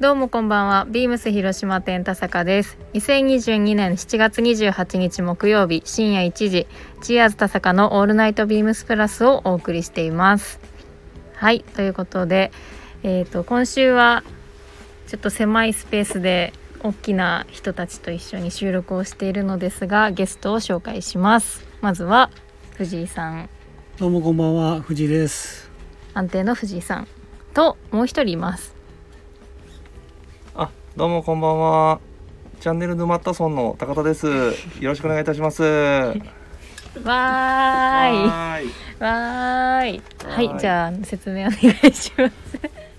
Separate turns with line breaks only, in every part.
どうもこんばんは。ビームス広島店田坂です。2022年7月28日木曜日深夜1時、チアーズ田坂のオールナイトビームスプラスをお送りしています。はい、ということで、えっ、と今週はちょっと狭いスペースで大きな人たちと一緒に収録をしているのですが、ゲストを紹介します。まずは藤井さん、
どうもこんばんは、藤井です。
安定の藤井さんともう一人います。
あ、どうもこんばんは。チャンネル沼った村の高田です。よろしくお願いいたします。は
わーい。
ーい。
わーい。は、
はいい
じゃあ説明お願いします。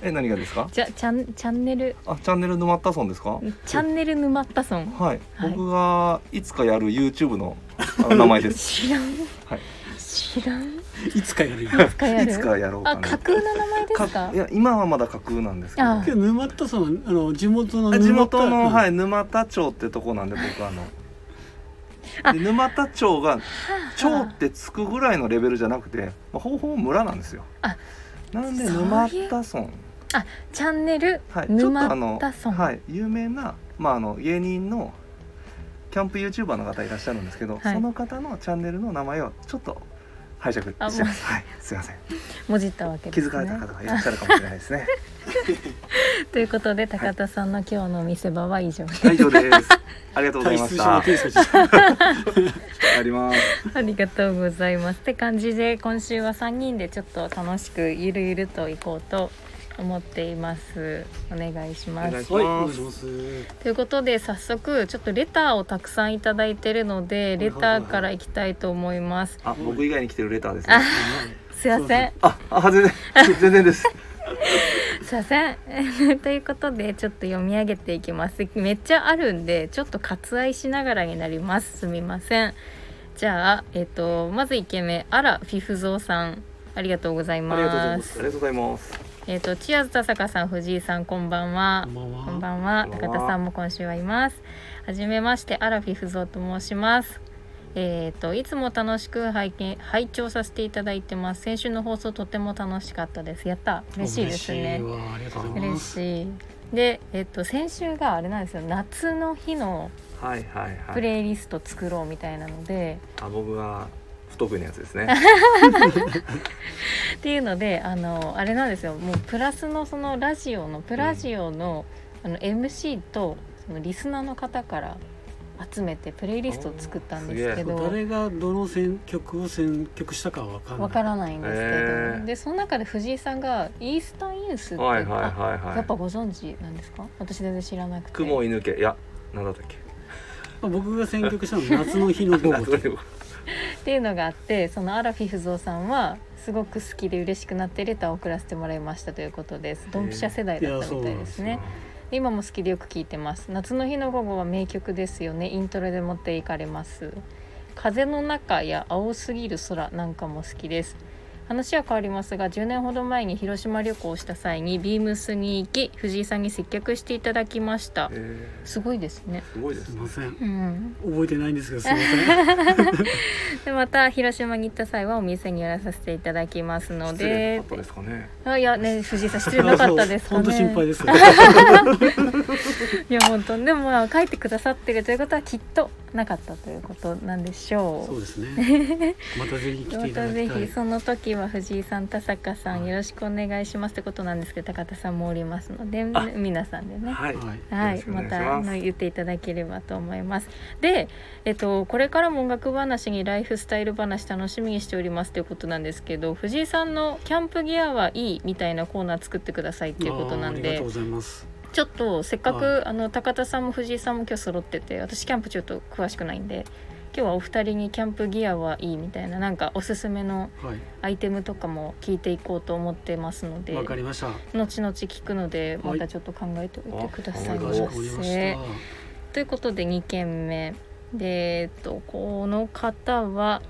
え、何がですか。
じゃチャンチャンネル
あ、チャンネル沼った村ですか。
チャンネル沼ったさん
はい。
はい
僕がいつかやる YouTube のあ の名前です。
知らん。
はい
知らん。い
いつかやるよ。
つかや
い
る。
つかやろうか
あ
な。
架空の名前です
か
か
い。や、今はまだ架空なんですけど。
あ
今日沼田さん、あの地元の。
あ地元の、はいい、沼田町ってとこなんで僕あの
あ
で沼田町が町ってつくぐらいのレベルじゃなくて、まあ、ほぼほぼ村なんですよ
あ
なんで
そういう
沼田村
チャンネル
はい、ちょっとあ
沼
の、
ったさん。
はい、有名な、まあ、あの芸人のキャンプ YouTuber の方いらっしゃるんですけど、
はい
その方のチャンネルの名前をちょっと拝借して
あ
ます、はい、すいません
もじったわけで
気
す
づかれ
ね
た。方がいらっしゃるかもしれないですね
ということで高田さんの今日の見せ場は以上。
以上 ですありがとうござ
退
いま
出し
し
たま
あ
っていいですか。
ります
ありがとうございます。って感じで今週は3人でちょっと楽しくゆるゆると行こうと思っています。お願いしま
お
す
願い。し
はい、お
ま
願い
す
します。
ということで早速ちょっとレターをたくさんいただいてるのでレターからいきたいと思います。
あ僕以外に来てるレターです
あ
ね
すいません
ああ全然 全然です
すいません。 ということでちょっと読み上げていきます。めっちゃあるんでちょっと割愛しながらになります。すみません。じゃあえっ、とまずイケメンあらフィフゾウさんありがとうござい
ありがとうござい
ま
ますあ
す。
りがとうございます
えっ、とチアーズ田坂さん藤井さんこんばん
こ
は
ん。ばんは。
こんばんは。
こん
高
ばんは
田さんも今週はいます。はじめまして、アラフィフゾウと申します。えっ、と、いつも楽しく拝見、拝聴させていただいてます。先週の放送とても楽しかったです。やった、嬉しいですね
嬉。しいわありがとうござい
嬉
ます。
しい。で、えっ、と、先週があれなんですよ。夏の日の
はいはいは
プ
い
レイリスト作ろうみたいなので。
あ僕が不得意なやつですね
っていうのであのあれなんですよもうプラスのそのラジオのプラジオの,、あの MC とそのリスナーの方から集めてプレイリストを作ったんですけ
そう
ど
誰がどの選曲を選曲したかはわかんない。
わからないんですけど、
へー
でその中で藤井さんがイースタンユースって、
はいはい
あ
はいはい
やっぱご存知なんですか私全然知らなくて
雲犬けいやなんだったっけ
まあ僕が選曲したのは 夏の日の午後
あ
と
そ
い
れ
う。
は
っていうのがあってそのアラフィフゾウさんはすごく好きで嬉しくなってレターを送らせてもらいましたということですドンピシャ世代だったみたいです
い
ね
やそうなんですよ。
今も好きでよく聞いてます夏の日の午後は名曲ですよねイントロで持っていかれます風の中や青すぎる空なんかも好きです話は変わりますが10年ほど前に広島旅行をした際にビームスに行き藤井さんに接客していただきました
え
すごいですね
ーすごいですす
み
ね
ません。
うん、
覚えてないんですけど、すみ ません。
でまた広島に行った際はお店に寄らさせていただきますの
失礼
で
なことですかね
あいやね藤井さん失礼なかったですかね
本当心配 です。
いや本当でもまあ書いてくださってるということはきっとなかったということなんでしょ
そう
う。
ですね。またぜひ来
ま
ていた
た
だ
ぜ
きた
ひ
い。
その時は藤井さん田坂さん
はい
よろしくお願いしますってことなんですけど高田さんもおりますので
あ
皆さんでねは
はい、
はい
い、
よろしくお
ま
願いします
たあの言っていただければと思いますで、えっと、これからも音楽話にライフスタイル話楽しみにしておりますということなんですけど藤井さんの「キャンプギアはいい」みたいなコーナー作ってくださいっていうことなん
あーありが
で
とうございます。
ちょっとせっかく、
は
あの高田さんも藤井さんも今日揃ってて私キャンプちょっと詳しくないんで今日はお二人にキャンプギアはいいみたいななんかおすすめの
はい。
アイテムとかも聞いていこうと思ってますので
わか
後
りました。
々聞くので
は
ま
い
たちょっと考えておいてくださいま
あ
か
わ
し
せ。
こまりました。
ということで2件目でえっとこの方は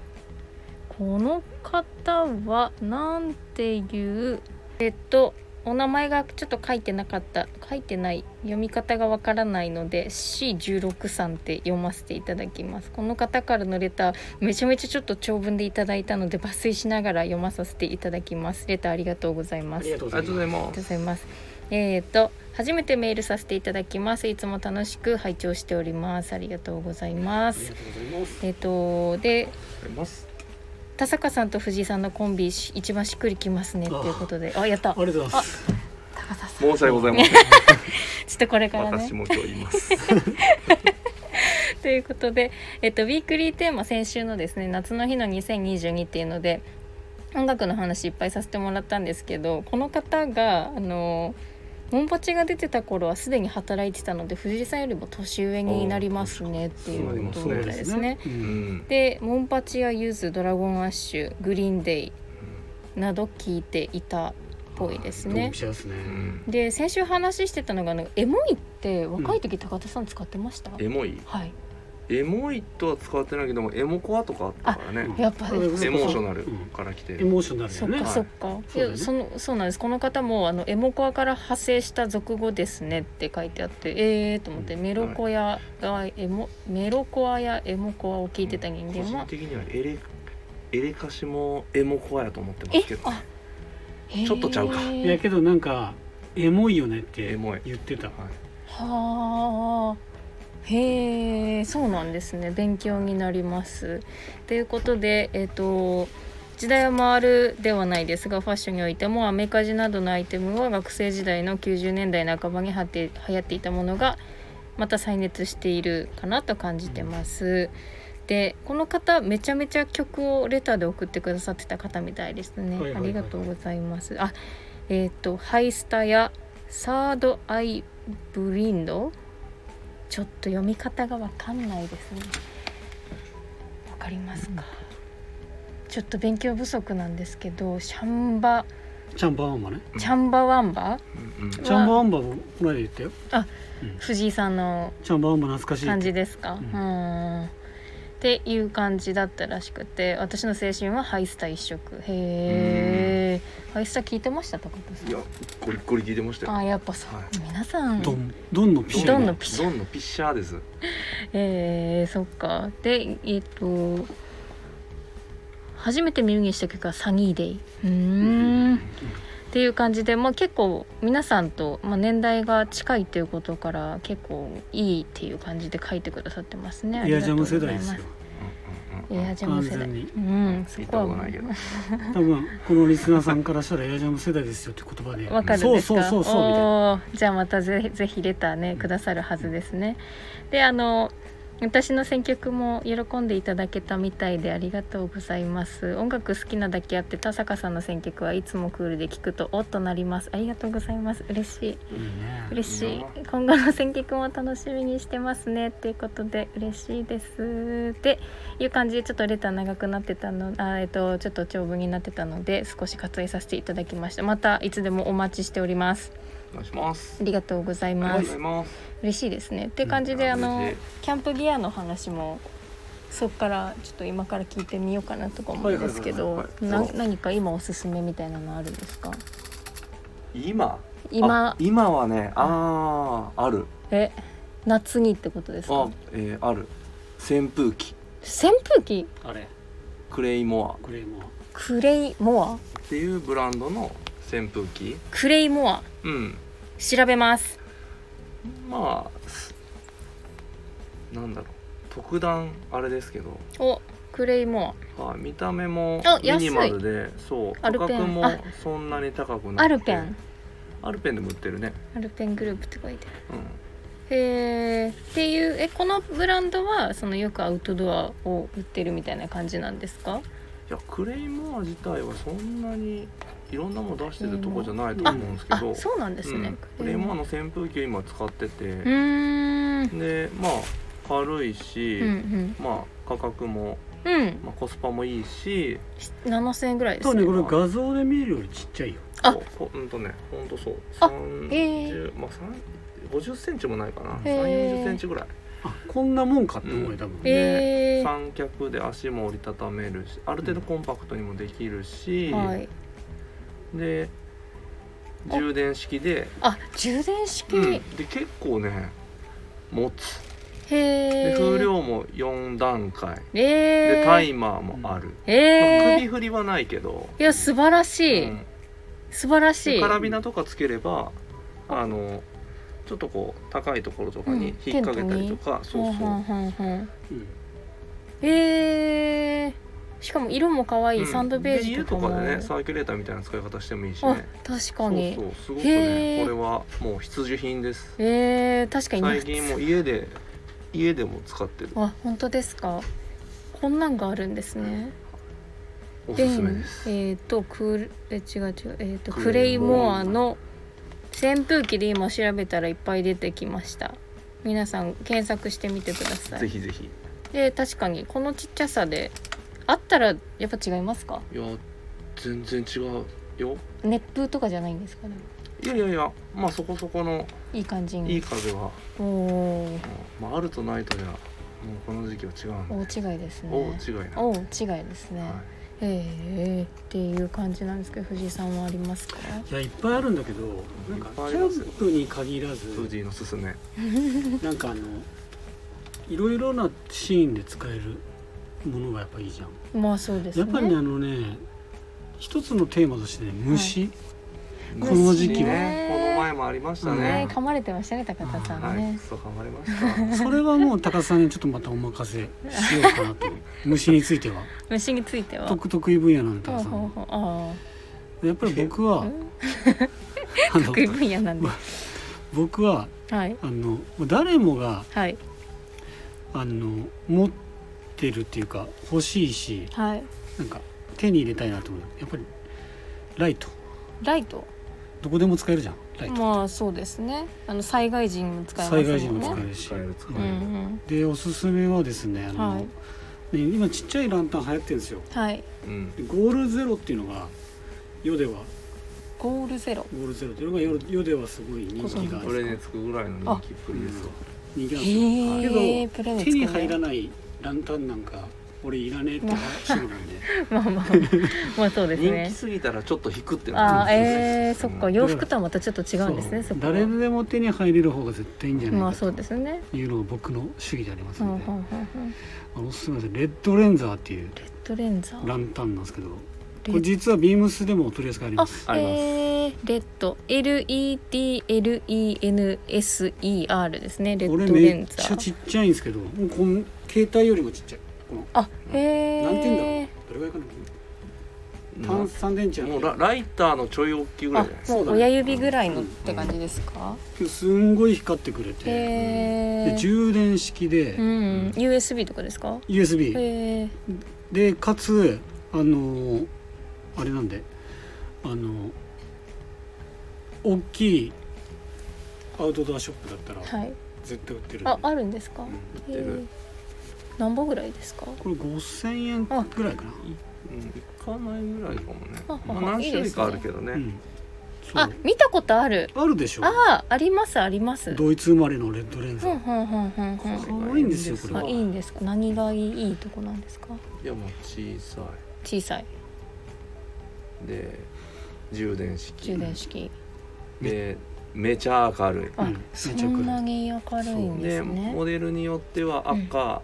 この方はなんていうえっとお名前がちょっと書いてなかった書いてない読み方がわからないので C16 さんって読ませていただきますこの方からのレターめちゃめちゃちょっと長文でいただいたので抜粋しながら読まさせていただきますレターありがとうござい
あ
ます
りがとう
あ
ござ
あ
います。
ま
りがとうございます。えっ、と初めてメールさせていただきますいつも楽しく拝聴しておりますありがとうございま
あり
す
がとうございます。
えっ、とで
ります
田坂さんと藤井さんのコンビし一番しっくりきますねっていうことであやった
ありがとうございます。
高田さんちょ
申し訳ございませ
っ
ん
とこれからね
私も今日います
ということで、えっと、ウィークリーテーマ先週のですね「夏の日の2022」っていうので音楽の話いっぱいさせてもらったんですけどこの方があのモンポチが出てた頃はすでに働いてたので藤井さんよりも年上になりますねっていうことみたいですね。
う。
うんん
でモンパチやユズドラゴンアッシュグリーンデイなど聞いていたっぽいです
ドン
ね
ピ。シャですね
う。ん
で先週話してたのがあのエモいって若い時高田さん使ってました、
エモい
はい
エモいとは使ってないけどもエモコアとかあったからね
やっぱ
うん
エモーショナル
うん
から来て
エモーショナルだ
そ
よ
っかそっか。
ね。
い
そうだよ
や
ね
そのそうなんです。この方もあのエモコアから派生した俗語ですねって書いてあって、ええー、と思って
うん
メロコアがエモメロコアやエモコアを聞いてた人
個
間
人
は、
的にはエレエレカシもエモコアやと思ってま
え
すけど
あ、へー
ちょっとち ゃうか
いやけどなんかエモいよねって
エモい
言ってた。
はい
はあ。へえ、そうなんですね。勉強になります。ということで、えっ、と。時代は回るではないですがファッションにおいてもアメカジなどのアイテムは学生時代の90年代半ばにはって流行っていたものがまた再熱しているかなと感じてます。でこの方めちゃめちゃ曲をレターで送ってくださってた方みたいですね。
はいはいはいはい
ありがとうございます。あえっ、と「ハイスタ」や「サード・アイ・ブリンド」ちょっと読み方がわかんないですね。わかりますか、ちょっと勉強不足なんですけどシャンバ
チャンバワンバね。
チャンバワンバ
うんうん
チャンバワンバもこの間言ったよ。
藤井さんの
チャンバワンバ懐かしい。
感じですか、う、
うんん
っていう感じだったらしくて私の青春はハイスタ一色へえハイスタ聞いてました高田
いやゴリゴリ聞いてました
さん
よ
あやっぱそう、
はい
皆さん
ドンドンのピシャ。
ドンのピシャ
ドンのピッシャーです
えー、そっかでえっ、と初めて耳にした曲が「サニーデイ」うーんっていう感じで、まあ、結構皆さんと、まあ、年代が近いっていうことから結構いいっていう感じで書いてくださってますねあり
エ
が
アジ
と
ャ
うご
ム
ざ
世
い
代
ま
ですすよ。
エアジャム世代
完全に
うんそ
言っ
こ
た
は
ことないけど
多分このリスナーさんからしたらエアジャム世代ですよって言葉ね。
わかるんですか
そうそうそうそうみたいな。
おーじゃあまたぜぜひレターねくださるはずですねであの私の選曲も喜んでいただけたみたいでありがとうございます音楽好きなだけあって田坂さんの選曲はいつもクールで聞くとおっとなりますありがとうございます嬉しい
いいね。
嬉し
いい
い
な
今後の選曲も楽しみにしてますねっていうことで嬉しいですっていう感じでちょっとレター長くなってたのあえっとちょっと長文になってたので少し割愛させていただきましたまたいつでもお待ちしております
お願いします
ありがとうござい
ありが
ま
とうご
す、
ざいます
嬉しいですねって感じで、
うん
あの
嬉しい
キャンプギアの話もそっからちょっと今から聞いてみようかなとか思うんですけど、
はいはいはいはい
な何か今おすすめみたいなのあるんですか
今あ
今
今はねあーある
え夏にってことです
あ
か
えーある扇風機
扇風機
あれ
クレイモ
これも
クレイモア
アっていうブランドの扇風機
クレイモア
うん
調べます
まあすなんだろう特段あれですけど、
おクレイモ
まあ、見た目も
あ
ミニマルでそう
ア
価
ルペン
格も
あ
そんなに高くなく
アアル
て
ペン
アルペンでも売ってるね、
アルペングループって書いてある
う
へーっていうえこのブランドはそのよくアウトドアを売ってるみたいな感じなんですか
ん、いやクレイモア自体はそんなにいろんなもの出してるとこじゃないと思うんですけ
あ
ど
そうなんですね、
うんクレイモア
う
の扇風機を今使ってて、
ーん
でまあ軽いし、
うん
まあ価格も、
うんうん
まあ、コスパもいいし
7000円ぐらいで
そ
す
うね
ね
これ画像で見るよりちっちゃいよ。
あ
こうこううんとねほんとそう
あ
30、
え
まあ50センチもないかな3
へー
4 0センチぐらい、
あこんなもんかって思
う
え
ん
多分ね。
えー
三脚で足も折りたためるしある程度コンパクトにもできるし、
はい
で充電式で,、
あ充電式、
うん、で結構ね持つ
へ
で
ー
風量も4段階
えー
でタイマーもある、まあ
えー
首振りはないけど、
いや素晴らしい、
うん
素晴らし
で
い
カラビナとかつければあのちょっとこう高いところとかに
うん
引っ掛けたりとか、そうそ
ほん
う、
ほんほんほん
うん
えー、しかも色も可愛い、
うん
サンドベージュとかも
で家とかでねサーキュレーターみたいな使い方してもいいし
あ
ね
確かに
そうそうすごく
へー
ねこれはもう必需品です
えー、確かに
最近もう家で家でも使ってる
あ本当ですかこんなんがあるんですね
おすすめです
えっ、とクルえ違う違うえっ、とク
ク
レ
レ
イ
イ
モ
モ
ア
ア
の扇風機で今調べたらいっぱい出てきました皆さん検索してみてくださ
ぜ
い
ひぜひ
で確かにこのちっちゃさであったらやっぱ違いますか
いや全然違うよ
熱風とかじゃないんですかね
いやいやいやまあそこそこの
いい感じに
いい風は、
おー
うんまあ、あるとないとじゃもうこの時期は違うんで
大違いですね
お違いな、
お違いですね、
は
えー、っていう感じなんですけど藤井さんはありますか
いやいっぱいあるんだけどなんか
いっ
キ
ぱいあります
ャ
よ
ンプに限ら
い、フー
ず
ディーのすすめ
なんかあのいろいろなシーンで使えるものがやっぱいいじゃん、
まあそうですね
やっぱりねあのね一つのテーマとしてね虫、
こ
の時期は
ねこの前もありました
ね
ね、
噛まれてましたね高田さん
は
ね、
い、そう頑張りました
それはもう高田さんにちょっとまたお任せしようかなと虫については
虫については
得得意分野なんで高
ほう
田さ
ほうんほうあ
やっぱり僕
あ
は
うん
あの
得意分野なん で
ま僕は
はい
あの誰もが
はい
あの持ってるっていうか欲しいし
はい
なんか手に入れたいなと思うやっぱりライト
ライト
どこでも使えるじゃんライト、
まあそうですねあの災害時にも使えますもん
災
ね
害時にも使
ね
えるし
使える使え
うんうん
でおすすめはですねあの、
はい
ね今ちっちゃいランタン流行ってるんですよ
はい
うん
でゴールゼロっていうのが世では
ゴールゼロ
ゴールゼロっていうのが世世ではすごい人気が
それねつくぐらいの人気っぷりですわ
人気
へ
なんですよ
えプレネ
手に入らないランタンなんか俺いらねえって主語なんで
まあまあまあそうです
人気
ね
すぎたらちょっと引くってな
あ
っ
ー
て
えー、そっか洋服とはまたちょっと 違うんですね
そ
そうこは
誰でも手に入れる方が絶対いいんじゃな
まあ
い
そ
か
うですね
というのが僕の主義であります
うんうん
の
うん
で、
うん
あのおすすめはですねレッドレンザーっていう
レッドレンザー
ランタンなんですけどこ
レ
れ実はビームスでも取り扱いあり
あ
ます、
あります
えー、レッド LEDLENSER ですねレ
こ
ッ
れ
ドレ
めっ
ンザ
ちゃ
ー
ちっちゃいんですけどもうこの携帯よりもちっちゃいこの
あへえ
なんて言うんだろ
ー
うどれぐらいかな
うん
単三電池
も
なん
う
だ
ラライターのちょい大きいぐらいじゃないで
あ
す
も
そううだね
親指ぐらいのって感じですか、
けどすんごい光ってくれて
へ
で
えー
充電式で、
うん、USB とかですか
USB、
へえ
でかつあのーあれなんであのー大きいアウトドアショップだったら
はい
絶対売ってるんで、
ああるんですか、
うん
へ
売ってる
ー何本ぐらいですか
これ5000円ぐらいかな
うんいかないぐらいかもね
あ
まあ
あ
何種類かあるけど
う
ね
んそう
あ見たことある
あるでしょ
ああありますありますうん
ドイツ生まれのレッドレンズ、
うんうんうん
これが
可愛いんですよこれ
うんあ
はい
いんですか何がいいいいとこなんですか
いやもう小さ
小さい
いで充電式
充電式、
でめちゃ明る
うん
あ
めっち
そ
ゃ
んなに明るい
そ
ん
い
で
です
ね
モデルによっては赤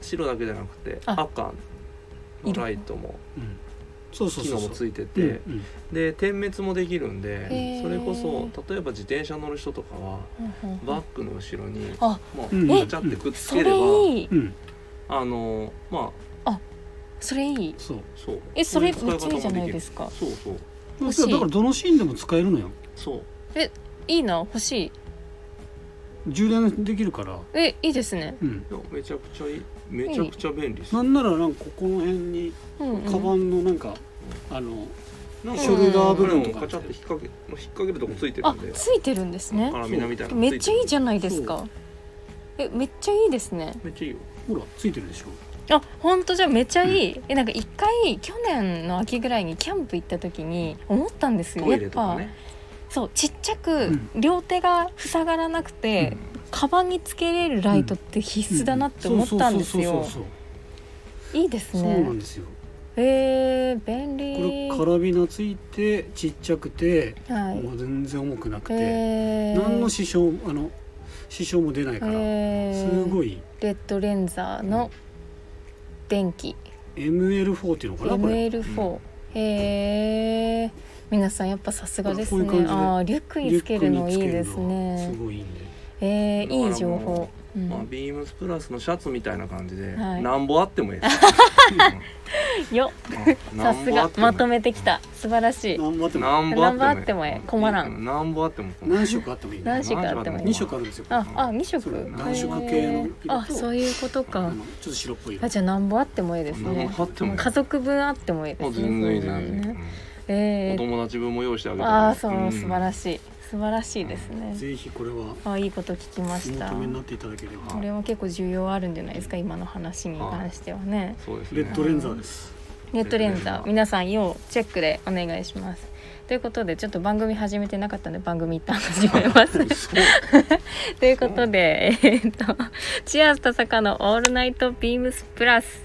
白だけじゃなくて
あ
赤のライトも
うんそうそう
機
そ
能
うそ
も
う
ついてて
うんうん
で点滅もできるんで
ー
それこそ例えば自転車乗る人とかは
うんうんうん
バッグの後ろに
あ
も
うん
うガチャってくっつ
そ
ければ
れいい
うん
あのまあ
それいい
そう
そう
えそれ
そう
め
う
っち
使
ゃいい
方
じゃ
も
ない
き
で
る
すか
そうそう
まあ
欲しい
だからどのシーンでも使えるのよ
そう
いいな欲しい
充電できるから
えいいですね
うん
いやめちゃくちゃいいめちゃくちゃ便利です
なんならなんかここの辺に
うん、うん、
カバンのなんか、あの
なんか
ショルダー部
分とか
これもカチャって引っ掛けもう引っ掛けるとこついてる
あ
んで
ついてるんですね
カラミナみたいなの
めっちゃいいじ
ゃ
ゃないですかえめっちゃいいですね
んめっちゃいいよ
ほらついてるでしょ
あ本当じゃめっちゃいい、えなんか一回去年の秋ぐらいにキャンプ行った時に思ったんですよ
ト
や
イ
っ
レと
ぱ、
かね
そうちっちゃ
う
く
ん
両手が塞がらなくて、カバンにつけれるライトって必須だなって思ったんですよ
そうそうそうそう
いいです
そうそうな
ね
んですよ
えー、便
これ
利
カラビナついてちっちゃくて、
はい
もう全然重くなくて、
えー、
何の支障あの支障も出ないから、
え
すご
い
い
レッドレンザーの電気、
ML4 っていうのかなこれ
ML4 へえー、皆さんやっぱさすがですね
こういう感じで
ああリュックにつけるのいいです
リュックにつけるのは
ね
すごいいいんで
えー、いい情
だから
報
も、
うん
まあ、ビームスプラスのシャツみたいな感じで、
はい
なんぼあってもいいです
よ
うん
さすがまと
め
めてきた素晴らしい
何待っても
なんぼあっても
なんぼあってもええ困らん
なんぼあっても困らん
何色あってもいいんで
何色あってもいい
二色あるんですよ
ああ二
そ
色
う何色系の
へーあ
色と
そういうこと
あ
か
のちょっと白っぽい色
あじゃあ何本あってもいいです
何
ね
本あってもいい
家族分あってもいいで
もう
すね
全然いい
そ
全
うなん
然いい、
ねえ
お
ー、
友達分も用意してあげて
ああそう、
ん
素晴らしい素晴らしいですね
ぜひこれは
あいいこと聞きま
お
した
求めになっ
こ
ていただければ
はい
れは結構重要あるんじゃないですか今の話に関してはね
そうですね
レッドレンザーです
ネット連座
ね
皆さん要チェックでお願いしますということでちょっと番組始めてなかったので番組一旦始め ますということでえーっと「チアーズと坂のオールナイトビームスプラス」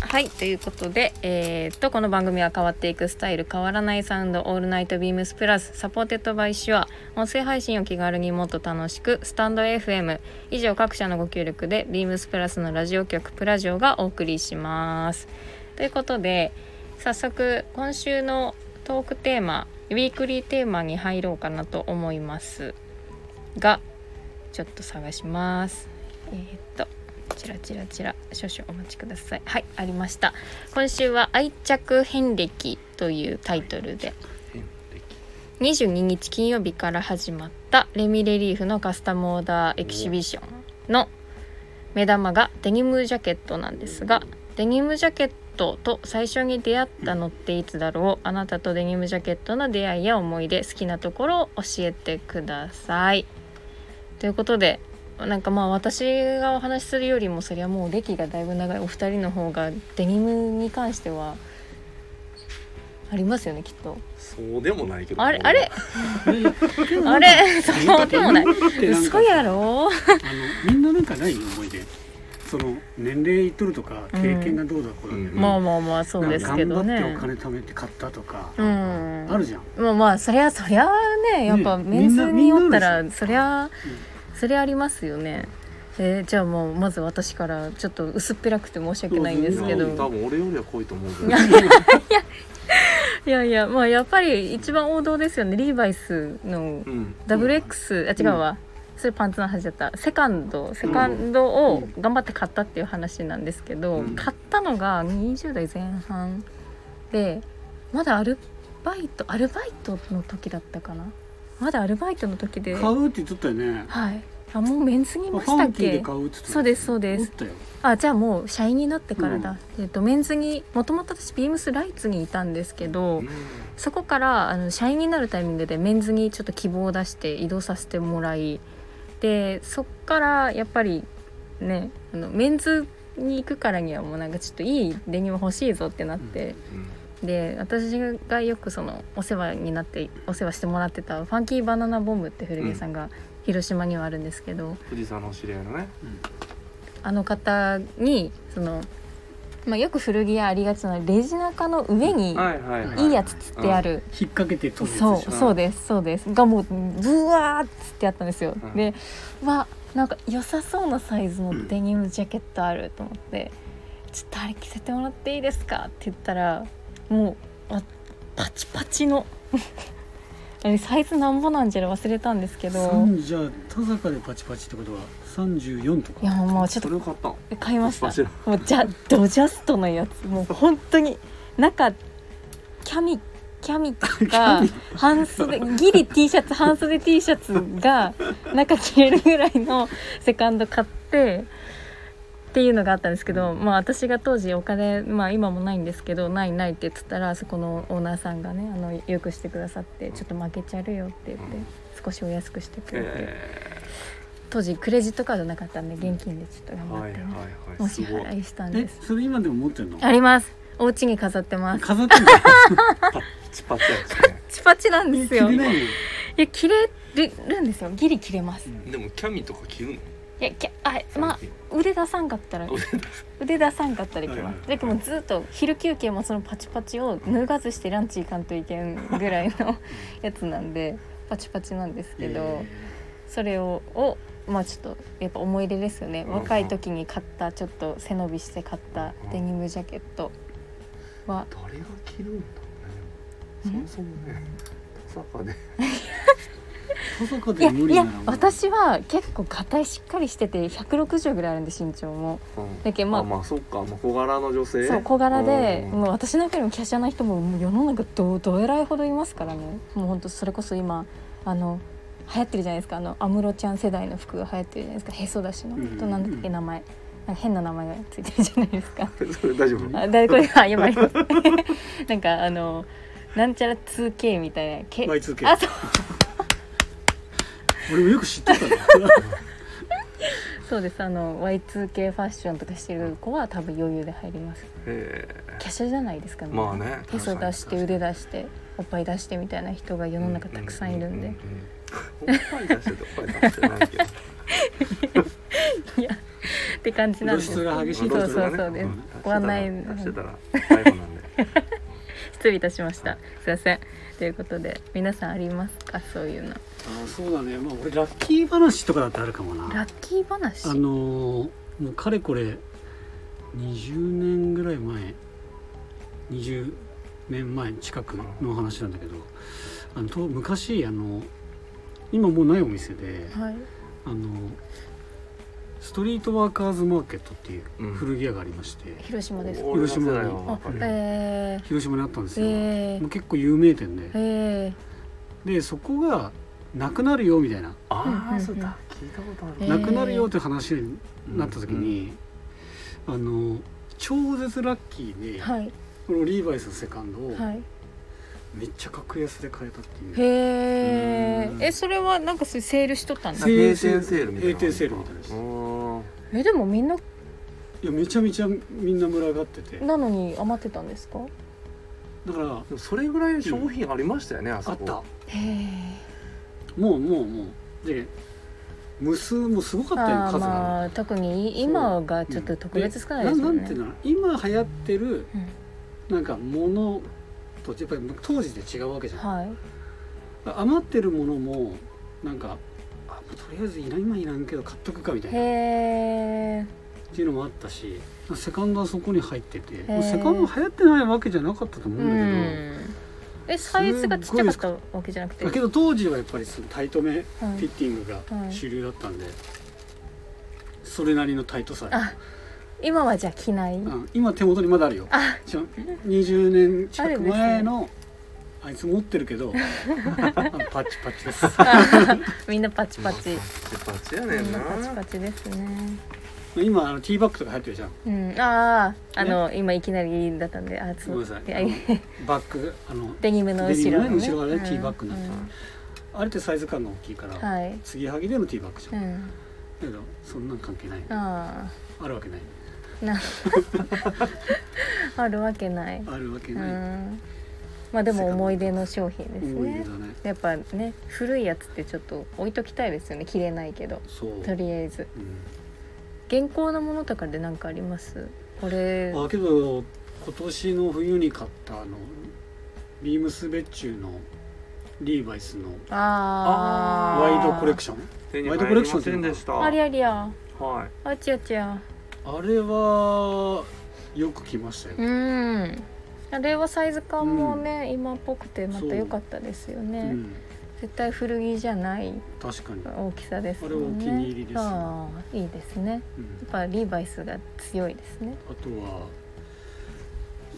はいということで、えーっとこの番組は変わっていくスタイル変わらないサウンドオールナイトビームスプラスサポーテッドバイシュア音声配信を気軽にもっと楽しくスタンド FM 以上各社のご協力でビームスプラスのラジオ局プラジオがお送りしますということで早速今週のトークテーマウィークリーテーマに入ろうかなと思いますがちょっと探しますえーっとちらちらちら少々お待ちくださいはいありました今週は愛着遍歴というタイトルで22日金曜日から始まったレミレリーフのカスタムオーダーエキシビションの目玉がデニムジャケットなんですがデニムジャケットと最初に出会ったのっていつだろうあなたとデニムジャケットの出会いや思い出好きなところを教えてくださいということでなんかまあ私がお話しするよりもそりゃもう歴がだいぶ長いお二人の方がデニムに関してはありますよねきっと。
そうでもないけど
あれあれあ
あ
れそうでもない嘘や
ろ
ろ
あのみんななんかない思い出その年齢いっとるとか
うん
経験がどうだこうだけど
うん
まあまあまあそうですけど
なん
ね
か頑張ってお金貯めて買ったとか
う
あ
ん
るじゃん
まあまあそりゃそりゃねやっぱ
ね
メンズにおった
みんなみんなあ
ら
るでしょ
そりゃそりゃありますよねえーじゃあもうまず私からちょっと薄っぺらくて申し訳ないんですけ
いや
多
ど
分俺よりは濃いと思うけど
いやいやまあやっぱり一番王道ですよねリーバイスの
うん
ダブル X あ違うわ、それパンツの話だったセカンドセカンドを頑張って買ったっていう話なんですけど、
うん
買ったのが20代前半でまだアルバイトアルバイトの時だったかなまだアルバイトの時で
買うって言っとったよね
はいあもうメンツにい
フ
ました
ァ
っ
ンキーで
け
買うって言っとった
そうですそうです
おったよ
あじゃあもう社員になってからだ、
うん
えっとメンズにもともと私ビームスライツにいたんですけど、
うん
そこからあの社員になるタイミングでメンズにちょっと希望を出して移動させてもらいでそっからやっぱりねあのメンズに行くからにはもうなんかちょっといいデニム欲しいぞってなって、で私がよくそのお世話になってお世話してもらってたファンキーバナナボムって古着屋さんが広島にはあるんですけど、
富士山のお知り合いのね
あの方にその、まあ、よく古着屋ありがちなレジ中の上に
はいはいはい
いいやつつってある。
引っ掛けて取るやつ
そう
でしょ
そうですそうですがもうブワーっつってあったんですよ、
うん
でわなんか良さそうなサイズのデニムジャケットあると思って「ちょっとあれ着せてもらっていいですか?」って言ったらもうあパチパチの あれサイズなんぼなんじゃろ忘れたんですけど
三じゃあ田坂でパチパチってことは三十四とか
いやもうちょっ
そ
と
れを買ったの
買いました
パチパ
もうじゃドジャストのやつもう本当に中キャミキャミが半袖ギリ T シャツ半袖 T シャツが中着れるぐらいのセカンド買ってっていうのがあったんですけど、まあ私が当時お金まあ今もないんですけどないないって言ってたらそこのオーナーさんがねあのよくしてくださってちょっと負けちゃるよって言って少しお安くしてくれて。
え
当時クレジットカードなかったんで現金でちょっと頑張って、ね
はい
お
す
支
ごい。
払いしたん
え
です
それ今でも持ってんの
ありますお家に飾ってます
飾ってんの
パッチパチや
チパチなんです
切
よ
れ
い
ないの
や切れるるんですよギリ切れます
つね。
ん
でもキャミとか着るの。
いやきゃあま
最近
あ腕出さんかったら
俺
腕出さんかったらいけま
はい
す
はい
でもずっと昼休憩もそのパチパチを脱がずしてランチ行かんといけんぐらいのやつなんでパチパチなんですけど、
え
それををまあちょっとやっぱ思い出ですよね、
うん
若い時に買ったちょっと背伸びして買った
うん
デニムジャケットは
誰が着るんだろうね。そ
ん
もそもね、まさかね。
ー登坂
い
で
や
無
い
理
や
ならもう
私は結構硬いしっかりしてて160ぐらいあるんで身長も
うん
だけどまあ
あまあそっか、まあ小柄の女性。
そう小柄で、
うん
もう私なんかよりも華奢な人ももう世の中どどえらいほどいますからねもうほんとそれこそ今あの流行ってるじゃないですかあの安室ちゃん世代の服が流行ってるじゃないですかへそ出しの、
うん
となんだっけ名前なんか変な名前がついてるじゃないですか
それ大丈夫。
あだいこれあやばい なんかあのなんちゃら 2K みたいなけ
Y2K
あそう
俺もよく知ってたね
そうですあの Y2K ファッションとかしてる子は多分余裕で入ります
ええ。
華奢じゃないですかみんな
まあね。
へそ出して腕出しておっぱい出してみたいな人が世の中たくさんいるんで、
うううんうん。おっぱい出してておっぱい出してないけど。
いやって感じなん
露
です
出が激し
そ
いうと
そ
こ
う
ろ
そう
が
です、
ん
ご案内
出してたら最後なんで。
失礼いたしましたすいませんということで皆さんありますかそういうの
あーそうだねまあ俺ラッキー話とかだってあるかもな
ラッキー話
あのーもうかれこれ20年ぐらい前20年前近くの話なんだけどあのと昔あの今もうないお店で
はい
あのストリートワーカーズマーケットっていう
うん
古着屋がありまして、
広島です
広島だよ
あ
ぱり
え
広島にあったんです
ー、
よ、
え
も
ー
う結構有名店で
えー
でそこがなくなるよみたいな
あ
うん
あ、そうだ。聞いたことあ
え
る。
ー
なくなるよって話になった時に、あの超絶ラッキーで、
はい
このリーバイスのセカンドを
はい
めっちゃ格安で買えたっていう、
へえ
うん
えそれはなんかそういうセールしとったんだ
せ
閉店セールみたいな。
閉店セールみたいなやつ
うーん
えでもみんない
やめちゃめちゃみんな群がっててだか
なのに余ってたんですか
ら
でもそれぐらい商品ありましたよね、あ
あ
そ
っ
こ。
た
へえ
もうもうもうで無数もすごかったよ
あー
数が、
まあ特にい今がちょっと特別少ないですもん
な
ね
なんていうの今流行ってるなんかものとやっぱり当時で違うわけじ
うん
ゃん
はい
余ってるものもなんかあもうとりあえずいらん今いらんけど買っとくかみたいなっ
へえ
ていうのもあったしセカンドはそこに入ってて、
ー
まあセカンドは流行ってないわけじゃなかったと思
う
うんだけど、
んえサイズがちっちゃかったわけじゃなくて
だけど当時はやっぱりそのタイトめフ
は
ィッ
い、
ティングが
はい
主流だったんで、それなりのタイトさ、
あ今はじゃあ着ない、
うん、今手元にまだあるよ
あ
ちょ20年近く前
あ
のあ,、いつ持ってるけ どあパッチパチです
みんなパチパチ
パチパチやね
み
ん
ん
な
な。パチパチですね
今あのティーバッグとか流行ってるじゃん
うんあああの、今いきなりだったんであつ
ごめんなさい
やや
バッグあの
デニムの後ろの、ね、
デニムの後ろがねティーバッグになって
う
あれってサイズ感が大きいから、
んはい
継ぎはぎでのティーバッグじゃん、
う
だ
ん
けどそんなん関係ない
あ
あるわけない
あな あるわけない
あるわけ
う
ない、
んまあでも思い出の商品です
思い出
ね
だね
やっぱね古いやつってちょっと置いときたいですよね着れないけど
そう、
とりあえず
うん
現行のものとかで何かありますこれ
あけど今年の冬に買ったあのビームスベッチュのリーバイスの
あ
ワイドコレク
シ
ション
手に
ワイ
入
ドコレ
り
クションっ
ま
て
せ
いうんの
で
か
した。
あり
は
ゃ
い。
りゃ
あ
あちゃちゃ
あれはよく来ましたよ、
うんあれはサイズ感もね、今っぽくてまた良かったですよ
う
ね、
ん、
絶対古着じゃない
確かに、
大きさですよね
あれお気に入りです
ああいいですね
うん
やっぱリーバイスが強いですね
あとは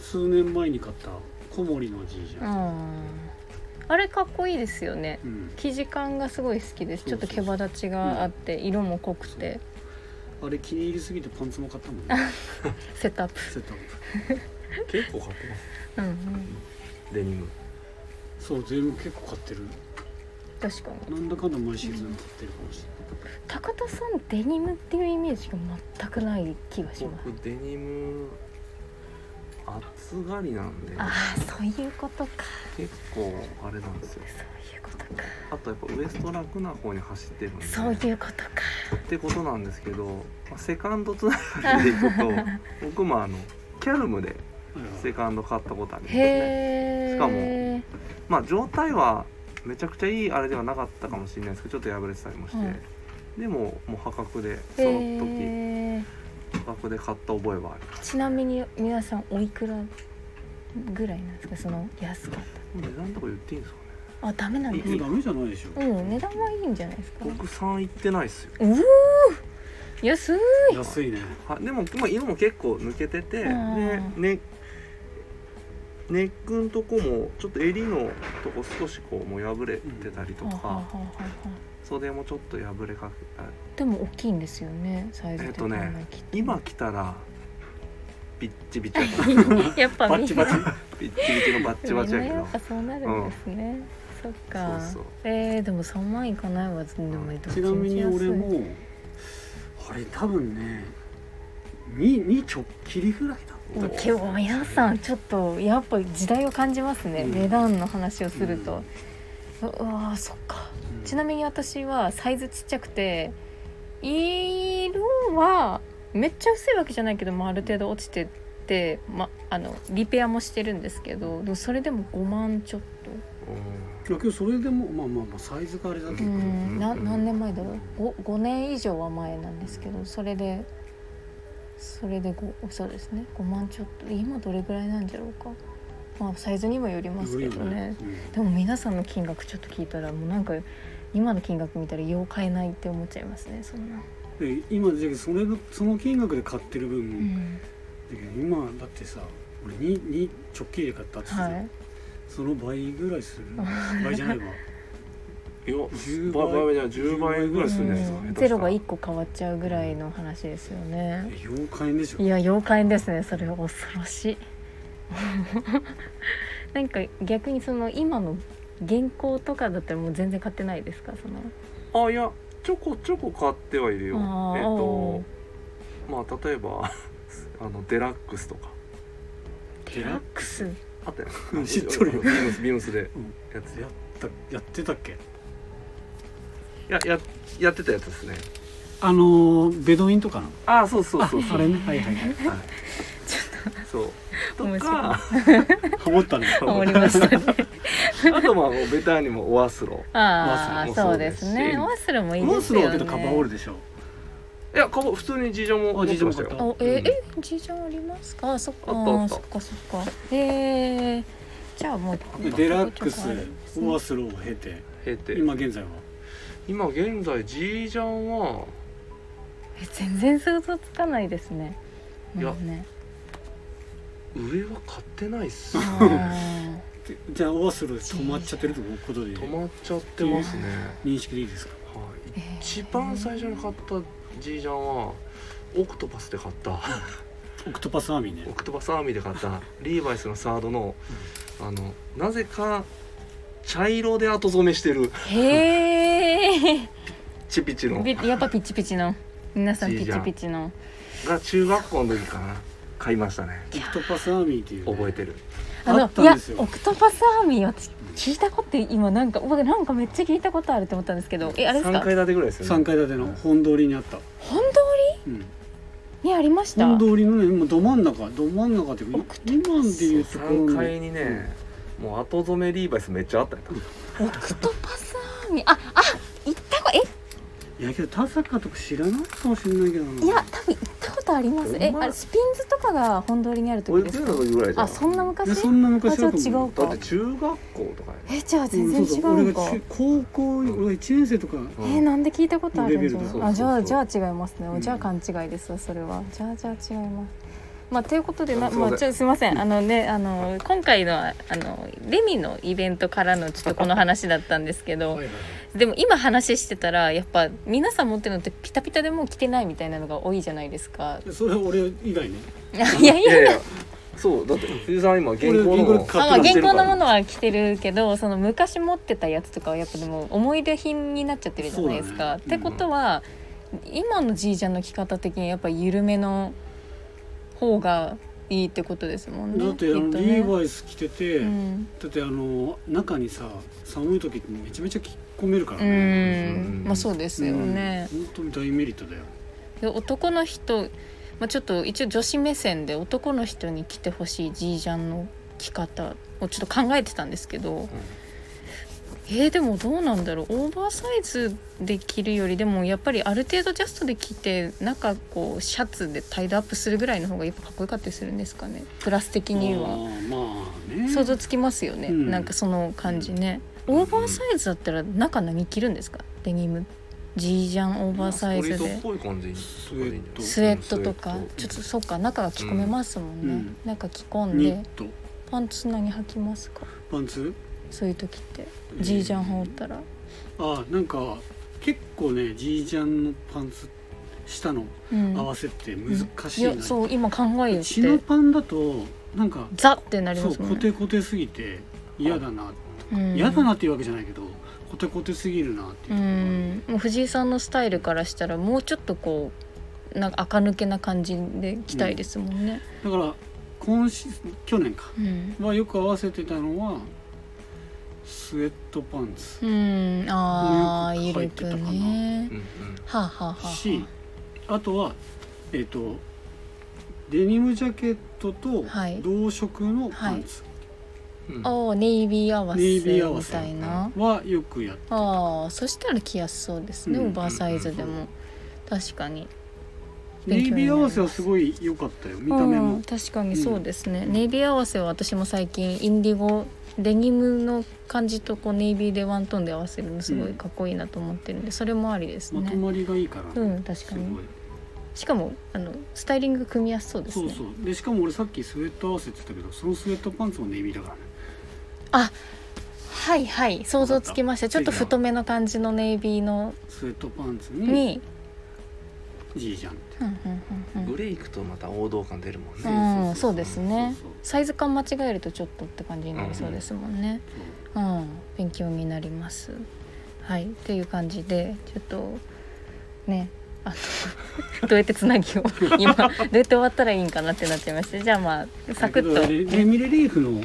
数年前に買った小森のじいじ
う
ゃん、
んあれかっこいいですよね
うん、
生地感がすごい好きですちょっと毛羽立ちがあって色も濃くて
あれ気に入りすぎてパンツも買ったもんね
セットアップ、
セットアップ
結構買ってます。
うんうん、
デニム。
そう全部結構買ってる
確か
なんだかんだ毎シーズン買ってるかもしれない、
高田さんデニムっていうイメージが全くない気がします
僕デニム暑がりなんで
ああそういうことか
結構あれなんですよ
そういうことか
あとやっぱウエスト楽な方に走ってるんで
そういうことか
ってことなんですけど、まあ、セカンドつながりでい くと僕もあのキャルムでセカンド買ったことありますね
へえ
しかもまあ状態はめちゃくちゃいいあれではなかったかもしれないですけどちょっと破れてたりもして、
うん
でももう破格でその時
へえ
破格で買った覚えはあります
ちなみに皆さんおいくらぐらいなんですかその安かっ
もう値段とか言っていいんですかね
たあダメなんで
も
す
う
か
ダメじゃないでしょ
うん値段はいいんじゃないですか
僕3いってないっすよ
うー安い
安いね
はでも、まあ、色も結構抜けてて、
うん
でねネックのとこもちょっと襟のとこ少しこうもう破れてたりと
はあはあは
か、
あはあ
袖もちょっと破れかけた
でも大きいんですよねサイズ
えっ
的
と
に
ね
は
今着たらビッチビチだっ た
やっぱ
バッチバチ
ビッチビチのバッチバチや
み
け
んなや
ど
っぱそうなるんですね、そっか
そうそう
えー、でも3万いかないわでもどっち
ちなみに
安い
俺もあれ多分ね2にちょっきりぐらいだ
もう今日皆さんちょっとやっぱ時代を感じますね、
うん
値段の話をすると、うわーそっかちな
み
みに私はサイズちっちゃくて色はめっちゃ薄いわけじゃないけど、まあ、ある程度落ちてて、ま、あのリペアもしてるんですけどでもそれでも5万ちょっ
うん
に今日それでもまあまあまあサイズがあれだけ
とう
ど、
んな
うん
何年前だろう 5, 5年以上は前なんですけどそれでそれで5そうですね5万ちょっと今どれぐらいなんじゃろうかまあサイズにもよりますけどねでも皆さんの金額ちょっと聞いたらもうなんか今の金額見たらよう買えないって思っちゃいますねそんな。
で今じゃあそれのその金額で買ってる分、
うん
だけど今だってさ俺 2, 2直径で買ったっつって、
はい。
その倍ぐら いする倍じゃないわ
いや
10
10
倍
倍じゃない10倍ぐらいするんじゃないですか、
うん
下
ゼ
手した
ロ
ら
が一個変わっちゃうぐらいの話ですよね。
妖怪でしょ
いや妖怪ですね。それは恐ろしい。 なんか逆にその今の現行とかだったらもう全然買ってないですかその。
あいやちょこちょこ買ってはいるよえっ、
あーお
とまあ例えば あのデラックスとか
デラックス。
あったよ
うん知っとるよ
ビームスビームスで
うん
やつ
や
や
ったやってたっけ
やややってたやつですね
あのーベドウィンとかの
ああそうそうそう
あ
そ
れ
う
ねはいはいはい
そう
面白
とか
ハモったね
終わりましたね。
あとまあもうベターにもオアスロ
あ
ワ
あ
スロも
そ
そうう
で
ですすし
ね。ワスルもいい
モ
で
ン
す
スロー
よ
はけ
ね。
どカバーオールでしょ
いやかぼ普通に事情も持ってました
あ事情も買った
よ
おええ事情ありますか。あそっか
あったあった
そっかそっか。へえ。じゃあもう
でデラックス
ちょこちょこあるんですね
オアスローを経て
経て
今現在は
今現在ジージャンは
え全然想像つかないですね。
いや
もう ね。
上は買ってないっす
あ
止
ー
でじゃあオアスローで止まっちゃってるということで
まっちゃってますね、
認識でいいですか
は
え
い、
ー
一番最初に買ったジージャンはオクトパスで買った
オクトパスアーミー
オ
ね
クトパスアーミーで 買ったリーバイスのサードの、あのなぜか茶色で後染めしてる
へ え。
チピチの
びやっぱピチピチの皆さんピ
いいじゃ
チ
ん
ピチの。
が中学校の時かな買いましたね
オクトパスアーミーっていうね
覚えてる
あの
あった
い
ん
や
ですよ
オクトパスアーミーはち聞いたこと今なんか僕なんかめっちゃ聞いたことあると思ったんですけどえあれです
三
か
階建てぐらいですよ
3
ね
階建ての本通りにあった、
本
うん、
当にありました。
本通りのねもうど真ん中ど真ん中っていうか今でいうところの
3階にね、もう後染めリーバイスめっちゃあったよ
オクトパスアーミーああ行ったこえ
いやけど田坂とか知らないかもしれないけどない
や多分行ったことありますえ
ほんま
あれスピンズとかが本通りにあるとこ
保
で
育
す
園
か
の時ぐらいじゃ
あ
ん
そんない
や
昔
そんな昔だと
あじゃあ違う
思
か
だって中学校とかやね
えじゃあ
う
全然違
ん
う
そ
の
うそう
か
俺が中高校俺が1年生とか
えー、なんで聞いたことあるんじゃ
レベルだ
そうそうそう
あじゃあじゃあ違いますね
うん
じゃあ勘違いですわそれはじゃあじゃあ違いますまあということでな
あすいま
ま
せん
あちょすいませんあのねあの今回のあのレミのイベントからのちょっとこの話だったんですけど、
はいはい
でも今話してたらやっぱ皆さん持ってるのってピタピタでもう着てないみたいなのが多いじゃないですか
それ俺以外ね
いやいやい
いやい
や
や
そうだって藤井さん今原
こ
稿
れ
の
これ
も
買
あ
っ
まあ
て
現行のも
の
のは着てるけどその昔持ってたやつとかはやっぱでも思い出品になっちゃってるじゃないですか。
そ
っ
うだね
てことは、今のじいちゃんの着方的にやっぱ緩めの方がいいってことですもんね。
だってあの
きっと
リ
ね
ーバイス着てて、
うん
だってあの中にさ寒い時ってめちゃめちゃ着込めるから
う
ね、
ん、まあそうですよね。
うん本当に大メリットだよ
で男の人、まあ、ちょっと一応女子目線で男の人に着てほしいじいちゃんの着方をちょっと考えてたんですけど、えー、でもどうなんだろうオーバーサイズで着るよりでもやっぱりある程度ジャストで着て中こうシャツでタイドアップするぐらいの方がやっぱかっこよかったりするんですかねプラス的に
あ
は
ーまあね
想像つきますよね、
うん
なんかその感じね、オーバーサイズだったら中何着るんですかデニムジージャンオーバーサイズ
ストリー
で
トっぽい感じに
スウェット
スウェットとか
うん
ちょっとそうか中が着込めますもんね、
うん
中着込ん
ニ
で、
ット
パンツ何履きますか
パンツ
そういう時ってジージャン羽織ったら、
あなんか結構ねジージャンのパンツ下の
うん
合わせって難しい
い
な、
やそう今考えよっ
血の
て
パンだとなんか
ザってなり
そ
ま
う
すも
コ
んね
テコテすぎて嫌だな
うん
嫌だなっていうわけじゃないけどコテコテすぎるなって
う
いうところがある
んもう藤井さんのスタイルからしたらもうちょっとこうなんか垢抜けな感じで着たいですもんね、
だから今シ去年か
うん
はよく合わせてたのはスウェットパンツ
うん、ああ
よく入
緩
って
く
たかな
ね
うんうん
はあ、はあはあは
しあとはえっ、とデニムジャケットと
はい
同色のパンツ
うん
あ、おーネイビー合わせ
ネイビー合わ
み
せ
たいな
はよくやっ
ああそしたら着やすそうですね、
うん
オーバーサイズでも、確かに
ネイビー合わせはす
い
ごい良かったよ見た目
う
も
ん、確かにそうですね、ネイビー合わせは私も最近インディゴデニムの感じとこうネイビーでワントーンで合わせるのすごいかっこいいなと思ってるんでそれもありです
まと
ね
まりがいいから、
うん確
す
か
ごい
にしかもあのスタイリング組みやすそうです
そ
ね
うそうでしかも俺さっきスウェット合わせって言ったけどそのスウェットパンツもネイビーだからね
はいはい想像つきましたちょっと太めの感じのネイビーの
スウェットパンツに
に、
ジージャンって
うんうんうんう
ブ
ん
レイクとまた王道感出るもん
う
ね、
んそうですね
そうそう
サイズ感間違えるとちょっとって感じになりそうですもんね、
そう
うん、勉強になります。はい、っていう感じで、ちょっと。ね、あの、 どうやってつなぎを、今、どうやって終わったらいいんかなってなっちゃいまして、じゃあ、まあ、サクッ
だ
と。
けどレレミレリーフの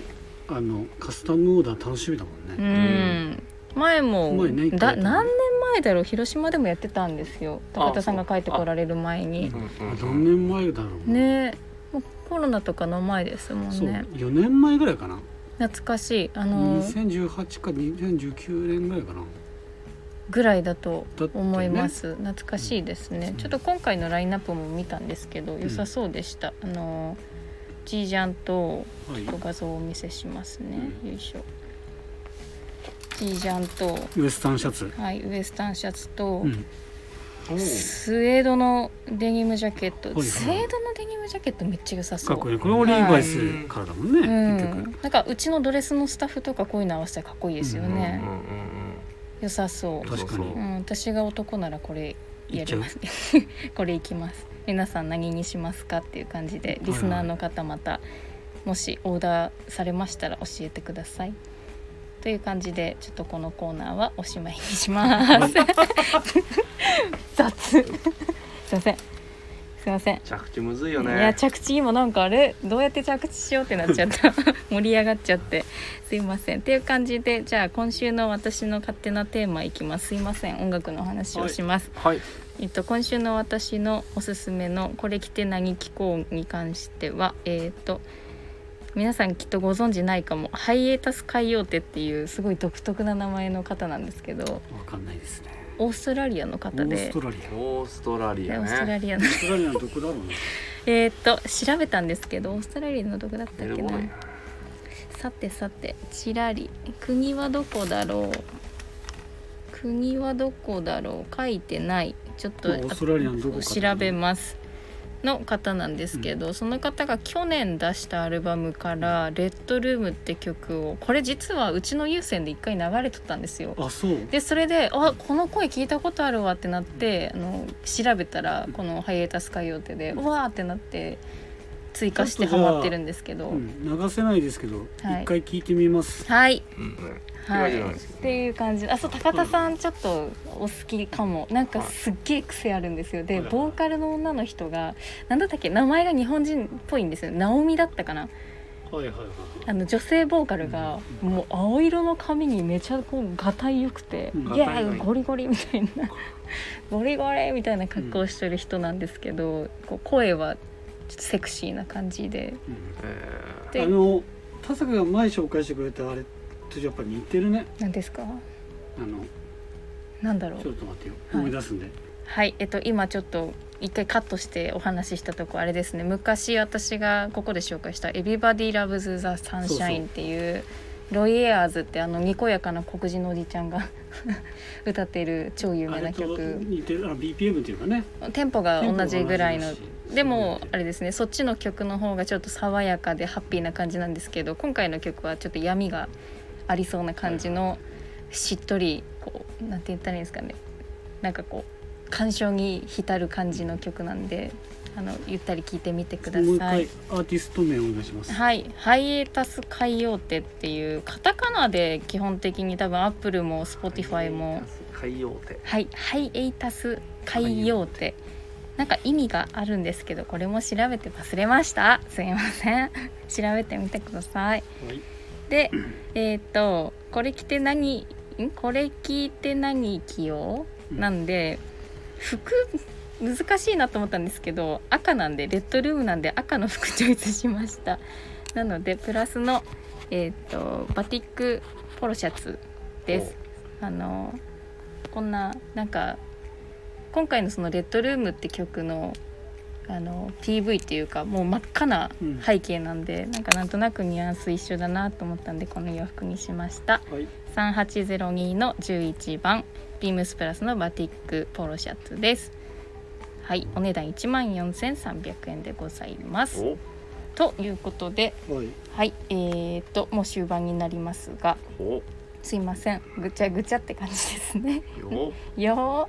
あのカスタムオーダー楽しみだもん
う
ね、
ん、前も
前ね
だ何年前だろう広島でもやってたんですよ高田さんが帰ってこられる前に
うんうんうん
何年前だろう
ねもうコロナとかの前ですもん
そう
ね
4年前ぐらいかな、
懐かしいあの
2018か2019年ぐらいかな
ぐらいだと
だってね
思います、懐かしいですね、
うん
ちょっと今回のラインナップも見たんですけど良さそうでした、あのジージャンと
はい
ちょっと画像をお見せしますね、よいしょジージャンと
ウエスタンシャツ、
はいウエスタンシャツと、
うん、
おう
スウェードのデニムジャケット、
はいはい
スウェードのデニムジャケットめっちゃ良さそ
か
う
っこいいこれもリーバイスからだもんね、
うん、
結局
なんかうちのドレスのスタッフとかこういうの合わせたらかっこいいですよ
うんうん
ね、良さそう
うん
確かに
うん、私が男ならこれやりますねこれいきます皆さん何にしますかっていう感じでリスナーの方またもしオーダーされましたら教えてくださいという感じでちょっとこのコーナーはおしまいにします 雑すいませんすいません
着地むずいよ
いや
ね
着地今なんかあれどうやって着地しようってなっちゃった 盛り上がっちゃってすいませんっていう感じでじゃあ今週の私の勝手なテーマいきますすいません音楽のお話をします、
はい
えっと今週の私のおすすめのこれ着て何着こうに関してはえーっと皆さんきっとご存知ないかもハイエータス海洋手っていうすごい独特な名前の方なんですけど
わかんないですね
オーストラリアの
オ
方
ース
で
トラリアオ
オーストラリ
で
ア
オーストラ
ね
リアの
ーストラリアのどこだろうね
えーっと調べたんですけどオーストラリアのどこだった
メ
っ
ル
け
ボ
な
ルンや
さてさてちらり国はどこだろう国はどこだろう書いてないちょっと
オーストラリアのどこかって
調べますの方なんですけど、その方が去年出したアルバムから「レッドルーム」って曲をこれ実はうちの有線で一回流れとったんですよ。
あそう
でそれで「あこの声聞いたことあるわ」ってなってあの調べたらこの「ハイエータス海洋手で「うわ!」ってなって追加してハマってるんですけど、
うん流せないですけど一、
はい
回聞いてみます
はい
うん
は、
嫌いじゃないい
っ
ですけどね
ていう感じあそう高田さんちょっとお好きかもなんか
はい
すっげえ癖あるんですよで
はい
ボーカルの女の人がなんだったっけ名前が日本人っぽいんですよナオミだったかな
はいはいはい
あの女性ボーカルがもう青色の髪にめちゃこうがたいよくて
うん
「イエー
がた
イ
い
ゴリゴリ」みたい な「ゴリゴリ」みたいな格好をしてる人なんですけどこう声はちょっとセクシーな感じで
え
で
あの田坂が前紹介してくれたあれとやっぱ似てるね
何ですか
あの
なんだろう
ちょっと待ってよ、
はい
思い出すんで
はい、えっと、今ちょっと一回カットしてお話ししたとこあれですね昔私がここで紹介した「エビバディ・ラブズ・ザ・サンシャイン」っていうロイ・エアーズってあのにこやかな黒人のおじちゃんが 歌ってる超有
あ
名
れ
な
と
曲
似てるあの BPM っていうかね
テンポが同じぐらいの
テンポが同じだし
でも
そう
あれですねそっちの曲の方がちょっと爽やかでハッピーな感じなんですけど今回の曲はちょっと闇がありそうな感じのしっとりこうなんて言ったらいいんですかねなんかこう感傷に浸る感じの曲なんであのゆったり聴いてみてくだ
もう一
さ
回
い。
アーティスト名お願いします、
はい、ハイエータス海洋手っていうカタカナで基本的に多分アップルも Spotify も
海洋手
はい、ハイエイタス海洋ってなんか意味があるんですけどこれも調べて忘れましたすいません調べてみてください
はい
でえっ、とこれ着て何んこれ聞いて何着よう、
うん
なんで服難しいなと思ったんですけど赤なんでレッドルームなんで赤の服チョイスしましたなのでプラスのえっ、とバティックポロシャツですあのこんななんか今回のその「レッドルーム」って曲のあの PV っていうかもう真っ赤な
うん
背景なんで、なんかなんとなくニュアンス一緒だなと思ったんでこの洋服にしました
はい
3802の11番ビームスプラスのバティックポロシャツですはいお値段1万4300円でございます
お
ということで
はい
はいえー、っともう終盤になりますが
お
すいませんぐちゃぐちゃって感じですね
よ
よー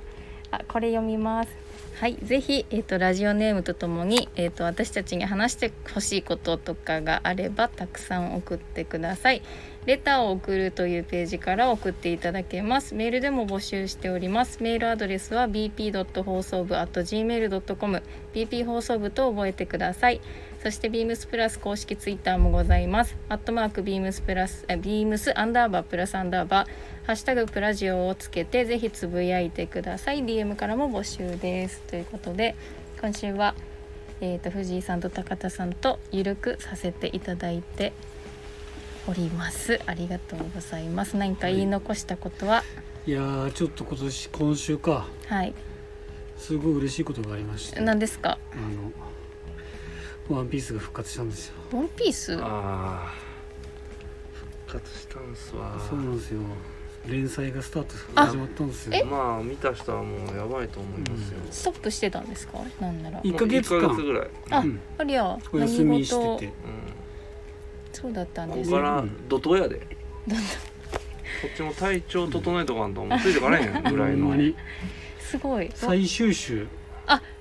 あこれ読みますはいぜひ、えー、とラジオネームとともに、えー、と私たちに話してほしいこととかがあればたくさん送ってくださいレターを送るというページから送っていただけますメールでも募集しておりますメールアドレスは bp. 放送部 .gmail.com bp 放送部と覚えてくださいそしてビームスプラス公式ツイッターもございます。アットマークビームスプラス、ビームスアンダーバープラスアンダーバー、ハッシュタグプラジオをつけてぜひつぶやいてください。DM からも募集です。ということで、今週は、えー、と藤井さんと高田さんとゆるくさせていただいております。ありがとうございます。何か言い残したことは、
いやーちょっと今年今週か
はい、
すごい嬉しいことがありまして
何ですか
あのワンピースが復活したんですよ
ワンピース
あー復活したんすわ
そうなんですよ連載がスタート
あ
始まったんですよ
まあ見た人はもうやばいと思いますよ、
ストップしてたんですかなんなら。
一ヶ月間
まあ一ヶぐらい、
あ
うん
ありゃ
お休みしてて
そうだったん
う
で
ん、
す
ここから怒涛やでこ
どんどん
っちも体調整えとかんともうついてかれ へんぐらい
ほん
の
まに
すごいお
最終週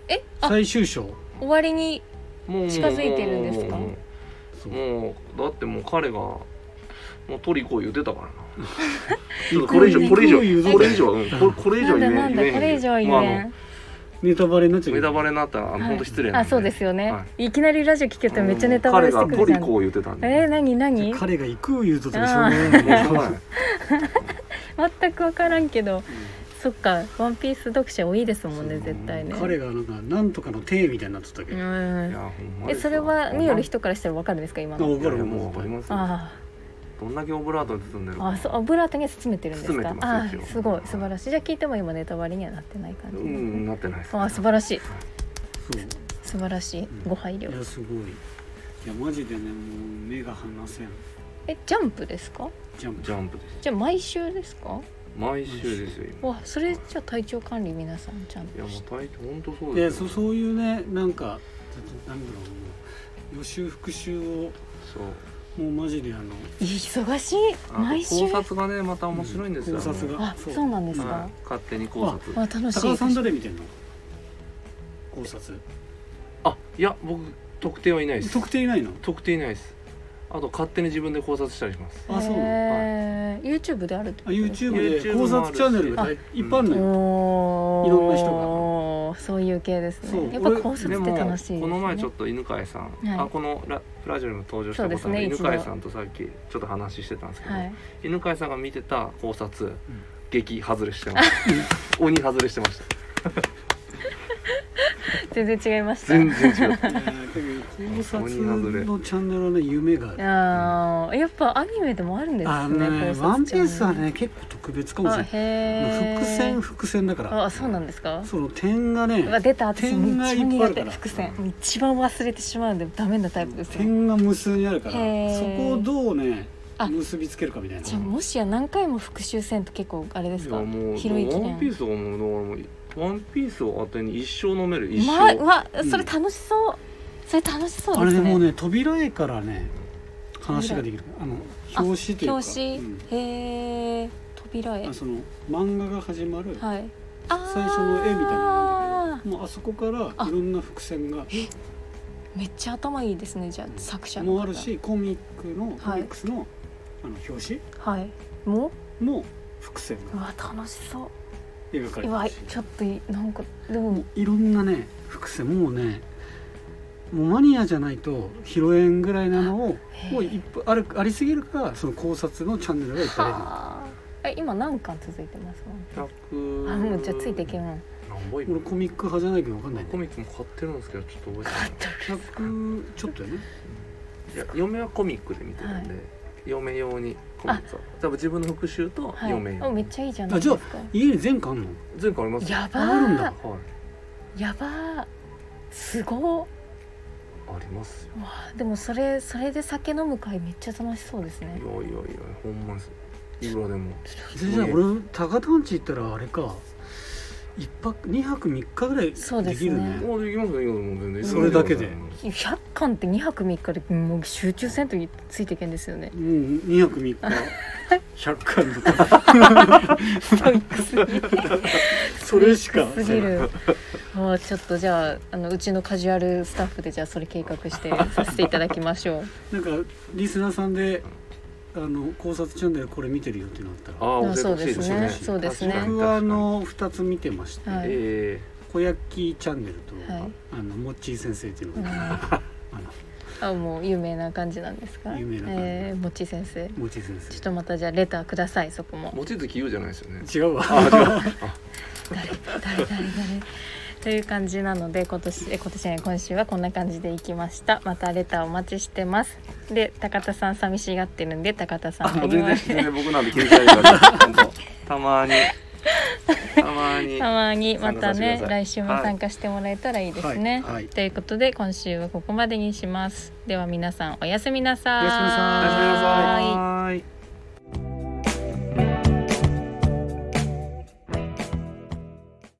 えあ
最終章
終わりに
もう
近づいてるんですか
もうも
そうう
もうだってもう彼がもう取り行こう言ってた からなちょっとこれ以上これ以
行こう言うぞ
上これ以上はうんこれこれ以
な
上
んだ
言え
なんだこれ以上言
もうあ
え
の
ん
ネタバレになっちゃう
ネ
けど
タバレになったらあの本当失礼なん
あそうですよね、、
はい
きなりラジオ聞けたらめっちゃネタバレしてく
彼が
る
ト
じ
リ
ゃん
コを言ってたんで
えー、何
じ
何
ゃあ彼が行く言うとったらしょうが ない
もうしょう
も
が
ん
ない
全く分からんけどそっか「ワンピース読者多いですもんね
そう
絶対ね
彼がなんかなんとかの手みたいになっとったけ
う
い
ん
ど
やほんまに
え
さ
それは見よる人からしたら分かるんですか今
あ
の
わか
い
る
や
も
もう
う
わかりますよ
あ
どんだけオブラートに包んでる
あ
か
あそうオブラートに包めてるんですか
包めてますよ
あ
一応
すごい素晴らしいじゃあ聞いても今ネタバレにはなってない感
う
じ、
んなってないです
ああ素晴らしい
そう
素晴らしいご配慮
いやすごいいやマジでねもう目が離せん
えジャンプですか
ジャンプ
ジャンプです
じゃあ毎週ですか
毎週ですよ今
わそれじゃあ体調管理皆さんちゃん
い
と
やもう体調本当そう
いや
です
そ
よ
そういうねなんかなんだろうもう予習復習を
そう
もうマジであの
忙しい
あと
毎週
考察がねまた面白いんですよ
考察が
あ
そ
そううなんです
あのは
か
い、勝手に考察
あ楽し
高田さん
い
誰見てんの考察
あいや僕
特定はいないです
特定いないの
特定いないですあと勝手に自分で考察したりします
あそうなの
へー YouTube であるって
あ
ことですか
YouTube で
YouTube
考察チャンネルがいっぱいあるのよ
おー
いろんな人
そういう系です
そう
ねやっぱ考察
で
って
も
楽しいですね
この前ちょっと犬飼さん、
はい
あこのラプラジオにも登場したことあ
そう
る、
ですね
犬飼さんとさっきちょっと話してたんですけど、
はい
犬飼さんが見てた考察、激外れしてま した鬼外れしてました
全然違いました
全然違う
えー考察のチャンネルはね夢がある
あーやっぱアニメでもあるんですね
あのね
考
「
察
ワンピースは
チャンネ
ね結構特別か
ル
も
あ
しれない
へー
伏線伏線だから
あそうなんですか
その点がね
うわ出た私
点が
一番
いっぱ
苦
いあるか
手
ら
伏線一番忘れてしまうんでダメなタイプですね
点が無数にあるから
へー
そこをどうね
あ
結びつけるかみたいな
じゃあもしや何回も復習せんと結構あれです
い
か
やもう「
ひろゆき
ワ
ね
ンピースはもうだからもう「ワンピースを当てに一生飲める一
まあ
生、
うわ
うん
それ楽しそう、それ楽しそう
あ
で
れ
す
で
ね
もうね扉絵からね話ができるあの表紙というか
表紙、
うん
へえ扉絵
あその漫画が始まる
はいあー
最初の絵みたいなのがあるんだけどもうあそこからいろんな伏線が
めっちゃ頭いいですねじゃあ作者の方
もあるしコミックのコミックスのあの表紙
はいも
も伏線
うう
が
わ楽しそう
描かれ
う
て
わ
るし
ちょっといなんかで
も
も
ういろんなね伏線もうねもうマニアじゃないと拾えんぐらいなのを
へー
もういっぱいあるありすぎるからその考察のチャンネルがいっぱい出てくる
はあえ今何巻続いてます
100
あもうじゃあついていけんもん
何本
俺コミック派じゃないけど分かんないん
コ
だよ
ミックも買ってるんですけどちょっと覚えて
100ちょっとよね
ないいや嫁はコミックで見てるんで、嫁用にコミックを多分自分の復習と
はい
嫁用、
あめっちゃいいじゃないですか
家に全巻あんの
前回あります
やば
あるん
ー
だ
はい
やばーすごっ
ありますよ
うわでもそれそれで酒飲む会めっちゃ楽しそうですね
いやいやいやほんまですいくらでも
全然俺高田んち行ったらあれか一泊二泊三日ぐらい
そう
で
です
き
ね
るね
もうできますよいくらでも全然
それだけで
100巻って2泊3日でもう集中せんとついていけんですよね
もう二 泊三日100巻とか それしか
すぎるもうちょっとじゃああのうちのカジュアルスタッフでじゃあそれ計画してさせていただきましょう
なんかリスナーさんであの考察チャンネルこれ見てるよってなった
あ
ら
あ
あ
お世話しいですね
そうですね
確かに
僕はあの二つ見てまして、
はい
え
小焼きチャンネルと、
はい
あのモッチー先生っていう
う
の
ん
が、
あもう有名な感じなんですか
有名な感じ
えー、もっち先生
モッチー先
ちょっとまたじゃあレターくださいそこも
ー、望月優じゃないですよね
生違うわ
あ違う
誰誰誰誰という感じなので今年え今年じゃない今週はこんな感じでいきましたまたレターお待ちしてますで高田さん寂しがってるんで高田さ
あ
ん
もう
何も
全然全然僕なんで気づかないから本当たまにたま に
たまにま
参加
た
させて
ね
ください
来週も参加してもらえたらいいですね、
はいはい
ということで今週はここまでにしますでは皆さんおやすみなさーい
おやすみなさ
おやすみな
は
さい